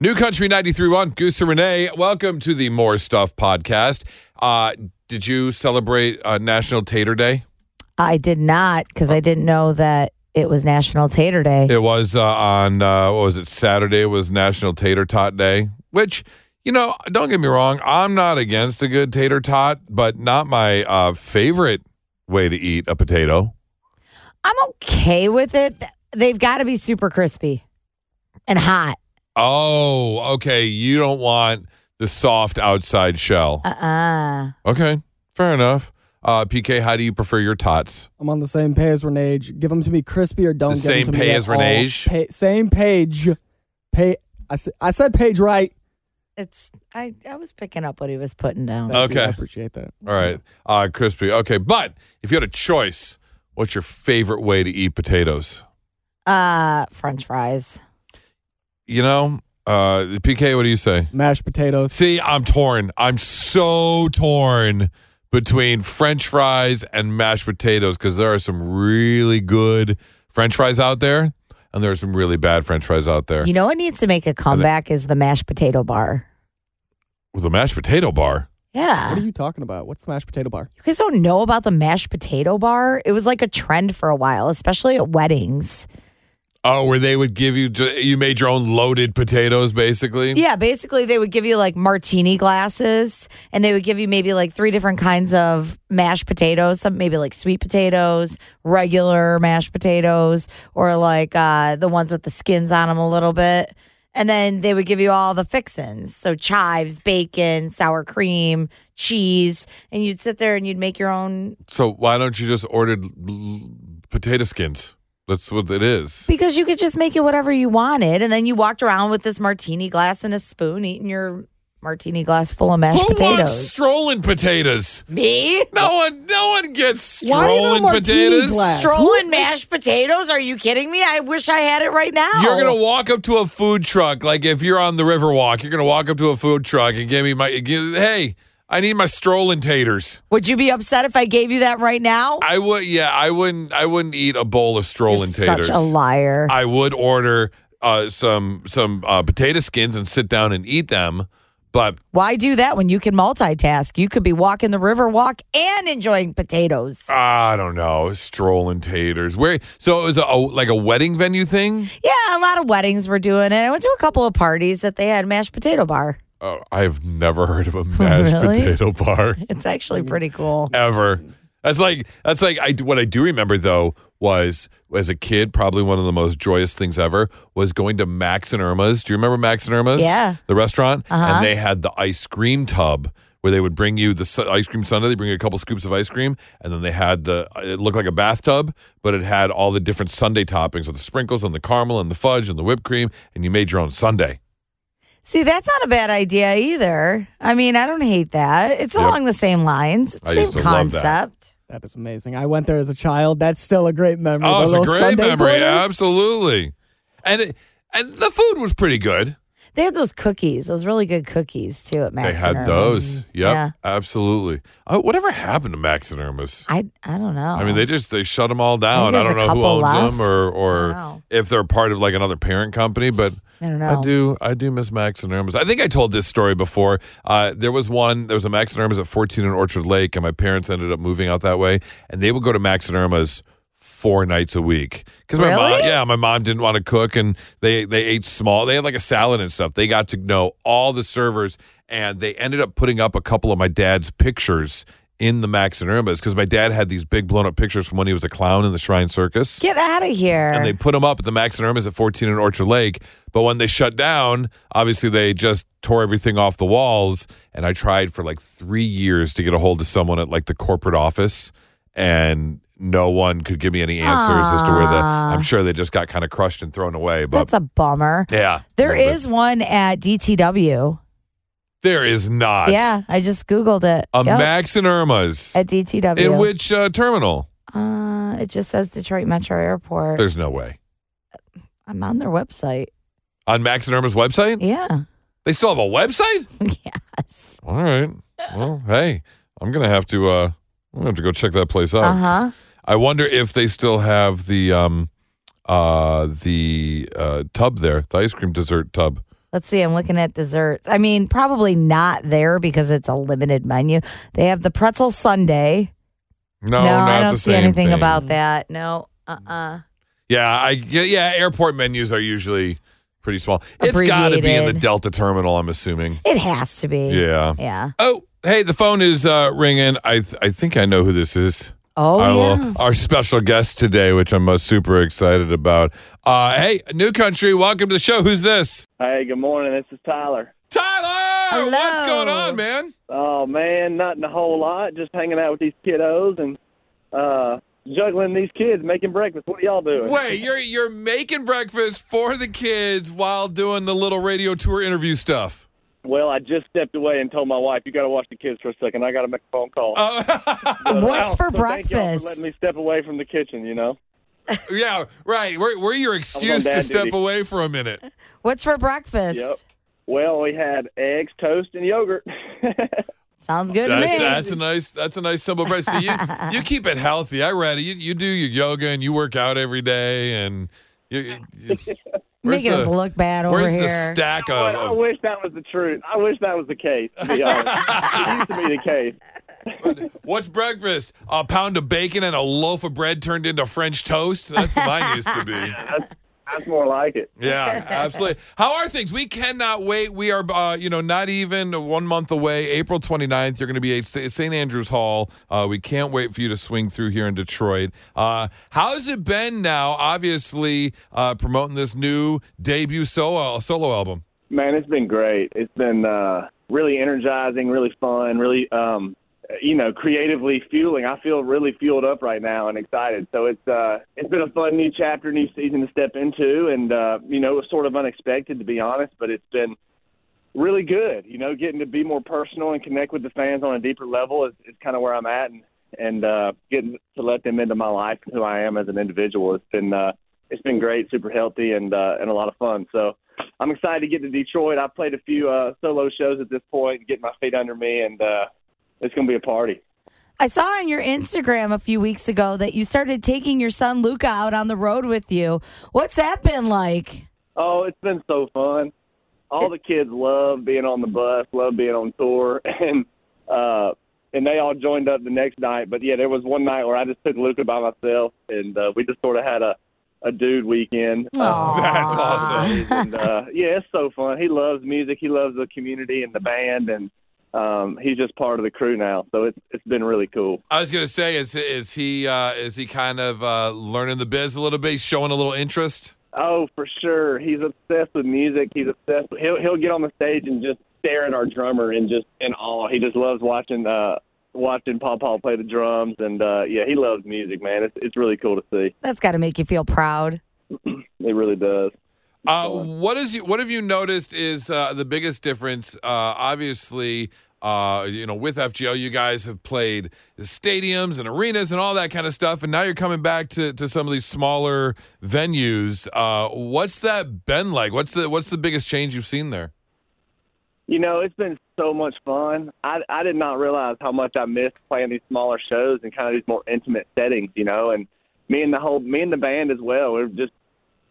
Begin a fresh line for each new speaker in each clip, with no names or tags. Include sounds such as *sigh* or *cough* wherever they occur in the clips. New Country 93.1, Goose and Renee, welcome to the More Stuff podcast. Uh, did you celebrate uh, National Tater Day?
I did not because I didn't know that it was National Tater Day.
It was uh, on, uh, what was it, Saturday was National Tater Tot Day, which, you know, don't get me wrong, I'm not against a good tater tot, but not my uh, favorite way to eat a potato.
I'm okay with it. Th- They've got to be super crispy and hot.
Oh, okay. You don't want the soft outside shell.
Uh uh
Okay, fair enough. Uh, PK, how do you prefer your tots?
I'm on the same pay as Renage. Give them to me crispy or don't
The
give
same
them to
pay
me at
as Renage?
all. Pa- same page. Pay. I, sa- I said page right.
It's I, I was picking up what he was putting down.
Thank you. I
Okay.
appreciate that.
All right, uh, crispy. Okay, but if you had a choice, what's your favorite way to eat potatoes?
Uh French fries.
You know, uh, PK, what do you say?
Mashed potatoes.
See, I'm torn. I'm so torn between French fries and mashed potatoes because there are some really good French fries out there, and there are some really bad French fries out there.
You know what needs to make a comeback is the mashed potato bar.
With a mashed potato bar.
Yeah.
What are you talking about? What's the mashed potato bar?
You guys don't know about the mashed potato bar? It was like a trend for a while, especially at weddings.
Oh, where they would give you you made your own loaded potatoes, basically.
Yeah, basically they would give you like martini glasses and they would give you maybe like three different kinds of mashed potatoes, some maybe like sweet potatoes, regular mashed potatoes, or like uh, the ones with the skins on them a little bit. And then they would give you all the fixins. So chives, bacon, sour cream, cheese, and you'd sit there and you'd make your own
So why don't you just order l- l- potato skins? That's what it is.
because you could just make it whatever you wanted and then you walked around with this martini glass and a spoon eating your martini glass full of mashed
Who
potatoes.
wants strolling potatoes?
Me?
No one, no one gets
Why no
strolling
martini
potatoes.
glass?
Strolling mashed potatoes? Are you kidding me? I wish I had it right now.
You're gonna walk up to a food truck, like if you're on the Riverwalk, you're gonna walk up to a food truck and give me my, give, hey, I need my strolling taters.
Would you be upset if I gave you that right now?
I would, yeah, I wouldn't, I wouldn't eat a bowl of
You're
strolling taters.
such a liar.
I would order uh, some some uh, potato skins and sit down and eat them. But
Why do that when you can multitask? You could be walking the river walk and enjoying potatoes.
I don't know, strolling taters. Where so it was a, a like a wedding venue thing.
Yeah, a lot of weddings were doing it. I went to a couple of parties that they had mashed potato bar.
Oh, I've never heard of a mashed
Really?
potato bar
It's actually pretty cool.
ever. That's like that's like I what I do remember though was as a kid probably one of the most joyous things ever was going to Max and Irma's. Do you remember Max and Irma's?
Yeah.
the restaurant,
Uh-huh.
and they had the ice cream tub where they would bring you the su- ice cream sundae. They bring you a couple scoops of ice cream, and then they had the it looked like a bathtub, but it had all the different sundae toppings with the sprinkles and the caramel and the fudge and the whipped cream, and you made your own sundae.
See, that's not a bad idea either. I mean, I don't hate that. It's
Yep.
along the same lines. It's
I
same
used to love that.
concept.
That is amazing. I went there as a child. That's still a great memory.
Oh,
The
it's a
little
great
Sunday
memory,
corner.
absolutely, and it, and the food was pretty good.
They had those cookies, those really good cookies too at Max.
They had
and Irma's.
those. Yep, absolutely. Uh, whatever happened to Max and Irma's?
I I don't know.
I mean, they just they shut them all down. I,
there's
don't
a
know who owns
couple
them or
left. I don't
or
know.
if they're part of like another parent company, but.
I don't know.
I do. I do miss Max and Irma's. I think I told this story before. Uh, there was one. There was a Max and Irma's at 14 in Orchard Lake, and my parents ended up moving out that way. And they would go to Max and Irma's four nights a week because my mom,
Really?
yeah, my mom didn't want to cook, and they they ate small. They had like a salad and stuff. They got to know all the servers, and they ended up putting up a couple of my dad's pictures. In the Max and Irma's, because my dad had these big blown up pictures from when he was a clown in the Shrine Circus
Get out of here.
and they put them up at the Max and Irma's at 14 in Orchard Lake. But when they shut down, obviously they just tore everything off the walls. And I tried for like three years to get a hold of someone at like the corporate office, and no one could give me any answers as to where the.
Aw.
I'm sure they just got kind of crushed and thrown away. But
That's a bummer.
yeah,
There
But
is one at DTW.
there is not.
yeah, I just googled it.
a
Yep,
Max and Irma's
at DTW.
in which uh, terminal?
uh, it just says Detroit Metro Airport.
There's no way
I'm on their website.
on Max and Irma's website.
Yeah. *laughs*
They still have a website.
yes.
All right. Well, hey, I'm gonna have to. uh I'm gonna have to go check that place out.
Uh huh.
I wonder if they still have the um, uh, the uh, tub there, the ice cream dessert tub.
Let's see, I'm looking at desserts. I mean, probably not there because it's a limited menu. They have the pretzel sundae.
No,
no,
not
I don't
the
see
same
anything
thing.
about that. No. Uh-uh.
Yeah, I yeah, yeah, airport menus are usually pretty small. It's got to be in the
Abbreviated.
Delta terminal, I'm assuming.
It has to be.
Yeah.
Yeah.
Oh, hey, the phone is uh, ringing. I th- I think I know who this is.
Oh,
I will-
yeah.
Our special guest today, which I'm uh, super excited about. Uh, hey, New Country, welcome to the show. Who's this?
Hey, good morning. This is Tyler.
Tyler! What's
Hello.
going on, man?
Oh man, nothing a whole lot. Just hanging out with these kiddos and uh, juggling these kids, making breakfast. What are y'all doing?
Wait, you're you're making breakfast for the kids while doing the little radio tour interview stuff. *laughs*
Well, I just stepped away and told my wife, "You got to watch the kids for a second. I got to make a phone call."
Uh,
But,
What's for
oh, so Thank y'all
breakfast?
for letting me step away from the kitchen. You know.
yeah, right. We're, we're your excuse to
dad
step
duty.
away for a minute.
What's for breakfast?
Yep. Well, we had eggs, toast, and yogurt. *laughs*
Oh, Sounds good
*laughs*
to
That's,
me.
that's a nice that's a nice simple breakfast. *laughs* So you you keep it healthy. I read it. You, you do your yoga and you work out every day and you, you- you- where's
Making
the,
us look bad over
where's
here.
the stack
But
of,
oh.
I
of-
wish that was the truth. I wish that was the case. To be honest. it used to be the case.
what's breakfast? A pound of bacon and a loaf of bread turned into French toast. That's what mine used
*laughs*
to be.
That's, that's more like it.
Yeah, absolutely. How are things? We cannot wait. We are, uh, you know, not even one month away. April 29th, you're going to be at St. Andrews Hall. Uh, we can't wait for you to swing through here in Detroit. Uh, how's it been now, obviously, uh, promoting this new debut solo, solo album? *laughs*
Man, it's been great. It's been uh, really energizing, really fun, really um, you know creatively fueling. I feel really fueled up right now and excited. So it's uh, it's been a fun new chapter, new season to step into, and uh, you know it was sort of unexpected to be honest, but it's been really good. You know, getting to be more personal and connect with the fans on a deeper level is, is kind of where I'm at, and and uh, getting to let them into my life, and who I am as an individual. It's been uh, it's been great, super healthy, and uh, and a lot of fun. So I'm excited to get to Detroit. I've played a few uh, solo shows at this point, get my feet under me, and uh, it's going to be a party.
I saw on your Instagram a few weeks ago that you started taking your son Luca out on the road with you. What's that been like?
Oh, it's been so fun. All the kids love being on the bus, love being on tour, *laughs* and uh, and they all joined up the next night. But yeah, there was one night where I just took Luca by myself, and uh, we just sort of had a a dude weekend.
*laughs*
Aw.
That's awesome.
and uh, yeah, it's so fun. He loves music. He loves the community and the band, and um, he's just part of the crew now. So it's it's been really cool.
I was going to say, is, is he uh, is he kind of uh, learning the biz a little bit, showing a little interest?
Oh, for sure. He's obsessed with music. He's obsessed. With, he'll he'll get on the stage and just stare at our drummer and just in awe. He just loves watching uh watching Paw Paw play the drums and uh yeah, he loves music, man. It's it's really cool to see.
That's got to make you feel proud.
It really does.
Uh, what is you, what have you noticed is uh, the biggest difference? Uh, obviously, uh, you know, with FGO, you guys have played stadiums and arenas and all that kind of stuff, and now you're coming back to, to some of these smaller venues. Uh, what's that been like? What's the what's the biggest change you've seen there?
You know, it's been so much fun. I I did not realize how much I missed playing these smaller shows and kind of these more intimate settings, you know, and me and the whole me and the band as well. We're just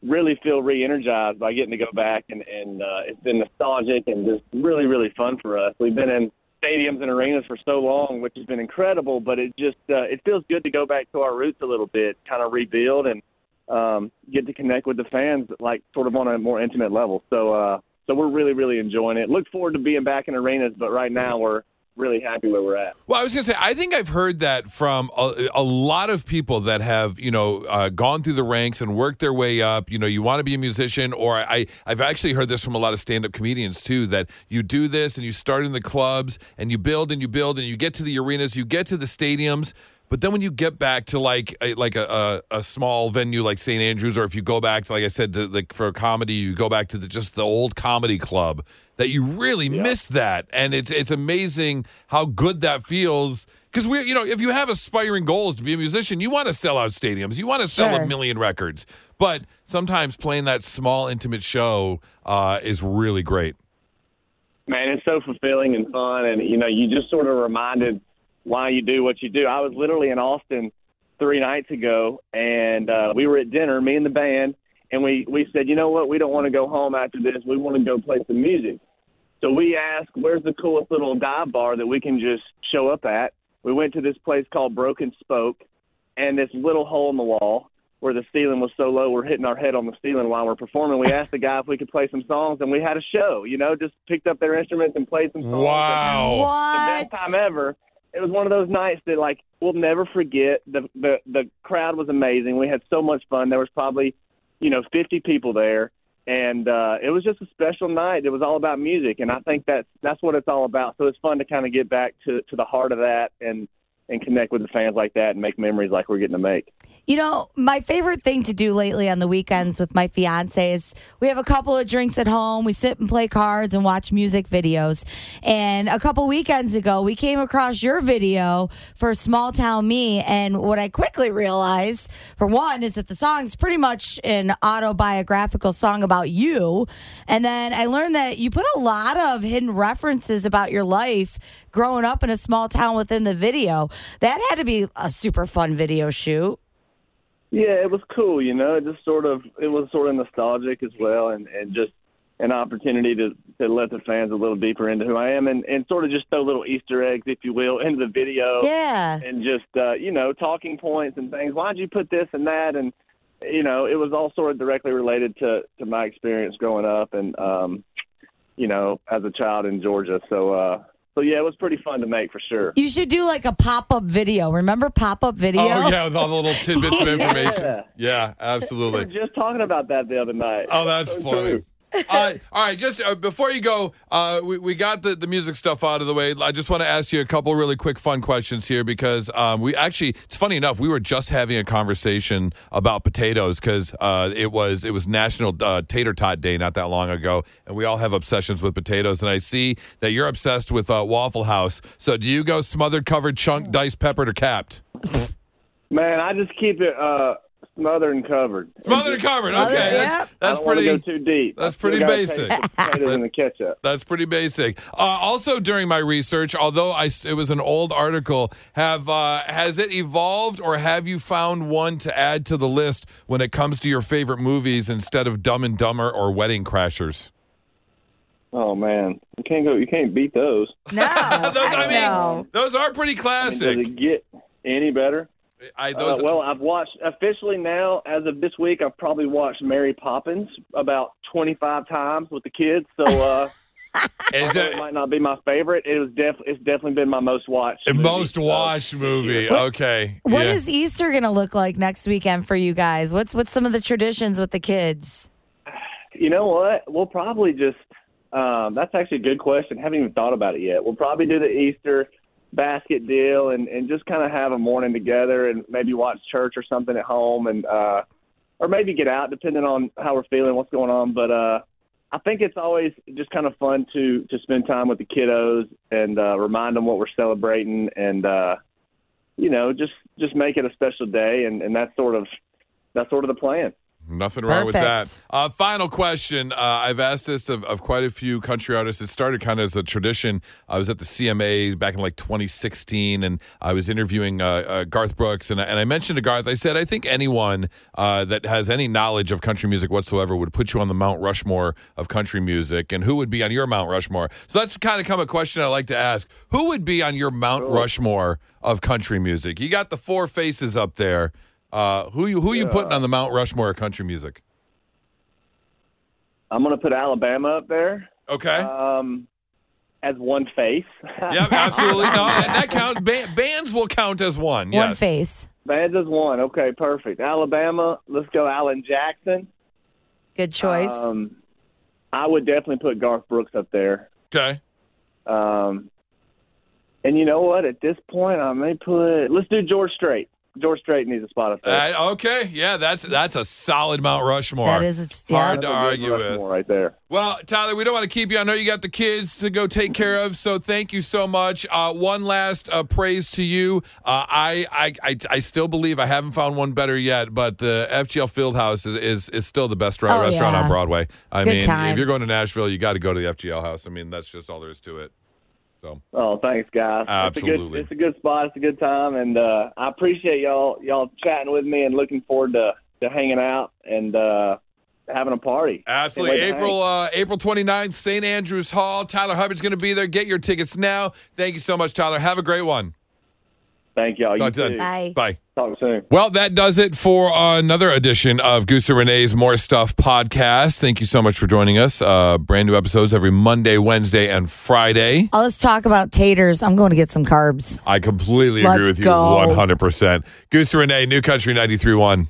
really feel re-energized by getting to go back and and uh, it's been nostalgic and just really really fun for us. We've been in stadiums and arenas for so long, which has been incredible, but it just uh, it feels good to go back to our roots a little bit, kind of rebuild and um, get to connect with the fans like sort of on a more intimate level. So uh, so we're really really enjoying it. Look forward to being back in arenas, but right now we're really happy where we're at.
Well, I was going to say, I think I've heard that from a, a lot of people that have, you know, uh, gone through the ranks and worked their way up. You know, you want to be a musician, or I, I've actually heard this from a lot of stand up comedians too that you do this and you start in the clubs and you build and you build and you get to the arenas, you get to the stadiums. But then when you get back to like a, like a, a, a small venue like St. Andrews, or if you go back to like I said, to like for a comedy, you go back to the, just the old comedy club that you really miss that, and it's it's amazing how good that feels. Because we, you know, if you have aspiring goals to be a musician, you want to sell out stadiums, you want to sell
Sure.
a million records, but sometimes playing that small intimate show uh, is really great.
Man, it's so fulfilling and fun, and you know, you just sort of reminded why you do what you do. I was literally in Austin three nights ago, and uh, we were at dinner, me and the band, and we we said, you know what, we don't want to go home after this. We want to go play some music. So we asked, where's the coolest little dive bar that we can just show up at? We went to this place called Broken Spoke, and this little hole in the wall where the ceiling was so low, we're hitting our head on the ceiling while we're performing. We asked the guy if we could play some songs, and we had a show. You know, just picked up their instruments and played some songs.
Wow.
The best time
What?
ever. It was one of those nights that like we'll never forget. The the the crowd was amazing. We had so much fun. There was probably, you know, 50 people there and uh it was just a special night. It was all about music and I think that's that's what it's all about. So it's fun to kind of get back to to the heart of that and and connect with the fans like that and make memories like we're getting to make.
You know, my favorite thing to do lately on the weekends with my fiance is we have a couple of drinks at home. We sit and play cards and watch music videos. And a couple weekends ago, we came across your video for Small Town Me. And what I quickly realized, for one, is that the song's pretty much an autobiographical song about you. And then I learned that you put a lot of hidden references about your life growing up in a small town within the video. That had to be a super fun video shoot.
Yeah, it was cool, you know. It just sort of it was sort of nostalgic as well and and just an opportunity to to let the fans a little deeper into who I am and and sort of just throw little easter eggs if you will into the video.
Yeah.
and just uh, you know talking points and things. Why'd you put this and that? And you know, it was all sort of directly related to to my experience growing up and um, you know as a child in Georgia. So uh, so yeah, it was pretty fun to make for sure.
You should do like a pop up video. Remember pop up video?
Oh yeah, with all the little tidbits of information. Yeah,
Yeah. We were
absolutely.
just talking about that the other night.
Oh, that's
So
funny.
true.
*laughs* uh, all right, just uh, before you go, uh, we, we got the, the music stuff out of the way. I just want to ask you a couple really quick fun questions here because um, we actually, it's funny enough, we were just having a conversation about potatoes because uh, it was it was National uh, Tater Tot Day not that long ago, and we all have obsessions with potatoes. And I see that you're obsessed with uh, Waffle House. So do you go smothered, covered, chunk, diced, peppered, or capped?
Man, I just keep it uh, smothered and covered.
Smothered and covered. Okay, that's,
Smothered, yep.
I
that's
don't
pretty.
want to go too deep.
that's
I still
pretty
gotta
basic.
taste the potatoes and the ketchup.
That's pretty basic. Uh, also, during my research, although I s it was an old article, have uh, has it evolved or have you found one to add to the list when it comes to your favorite movies instead of Dumb and Dumber or Wedding Crashers?
Oh man, you can't go. You can't
*laughs*
beat those.
*laughs* No.
those, I, mean,
Uh, know.
those are pretty
Does
classic.
it get any better?
I,
Uh,
those,
well, I've watched officially now, as of this week, I've probably watched Mary Poppins about 25 times with the kids. So uh,
*laughs* is
although it
it
might not be my favorite. It was def- it's definitely been my most watched. movie.
most
So,
watched movie? Okay.
What
yeah.
is Easter gonna look like next weekend for you guys? What's what's some of the traditions with the kids?
You know what? We'll probably just. Um, that's actually a good question. Haven't even thought about it yet. We'll probably do the Easter basket deal and and just kind of have a morning together and maybe watch church or something at home and uh or maybe get out depending on how we're feeling, what's going on. But uh I think it's always just kind of fun to to spend time with the kiddos and uh, remind them what we're celebrating and uh, you know just just make it a special day and and that's sort of that's sort of the plan.
Nothing wrong with that.
Perfect.
Uh, final question. Uh, I've asked this of, of quite a few country artists. It started kind of as a tradition. I was at the CMAs back in like 2016, and I was interviewing uh, uh, Garth Brooks, and I, and I mentioned to Garth, I said, I think anyone uh, that has any knowledge of country music whatsoever would put you on the Mount Rushmore of country music, and who would be on your Mount Rushmore? So that's kind of come a question I like to ask. Who would be on your Mount Rushmore of country music? You got the four faces up there. Uh, who you who you putting on the Mount Rushmore of country music?
I'm gonna put Alabama up there.
Okay.
um, as one face. *laughs*
yep, absolutely. No, that, that count. Ba- bands will count as one.
One
Yes.
face.
Bands as one. Okay, perfect. Alabama. Let's go, Alan Jackson.
Good choice.
Um, I would definitely put Garth Brooks up there.
Okay.
Um, and you know what? At this point, I may put. Let's do George Strait. George Strait needs a spot up there.
Uh, okay. Yeah, that's that's a solid Mount Rushmore.
that is yeah.
hard
That's
to
a good
argue
Rushmore
with.
right there.
Well, Tyler, we don't want to keep you. I know you got the kids to go take care of, so thank you so much. Uh, one last uh, praise to you. Uh, I, I I I still believe I haven't found one better yet, but the FGL Fieldhouse is is, is still the best ra-
Oh,
restaurant
yeah.
on Broadway. I
Good
mean, if
times.
you're going to Nashville, you got to go to the FGL House. I mean, that's just all there is to it. So.
Oh, thanks, guys. It's a good-
Absolutely.
It's a good, spot. It's a good time, and uh, I appreciate y'all y'all chatting with me and looking forward to to hanging out. And uh, having a party.
Absolutely.
Can't wait to
April uh, April 29th, St. Andrews Hall. Tyler Hubbard's going to be there. Get your tickets now. Thank you so much, Tyler. Have a great one.
Thank y'all. You
Talk to
too.
you.
Bye.
Bye.
Talk soon.
Well, that does it for another edition of Goose and Renee's More Stuff podcast. Thank you so much for joining us. Uh, brand new episodes every Monday, Wednesday, and Friday.
Oh, let's talk about taters. I'm going to get some carbs.
I completely
Let's
agree with you
go.
100%. Goose and Renee, New Country 93.1.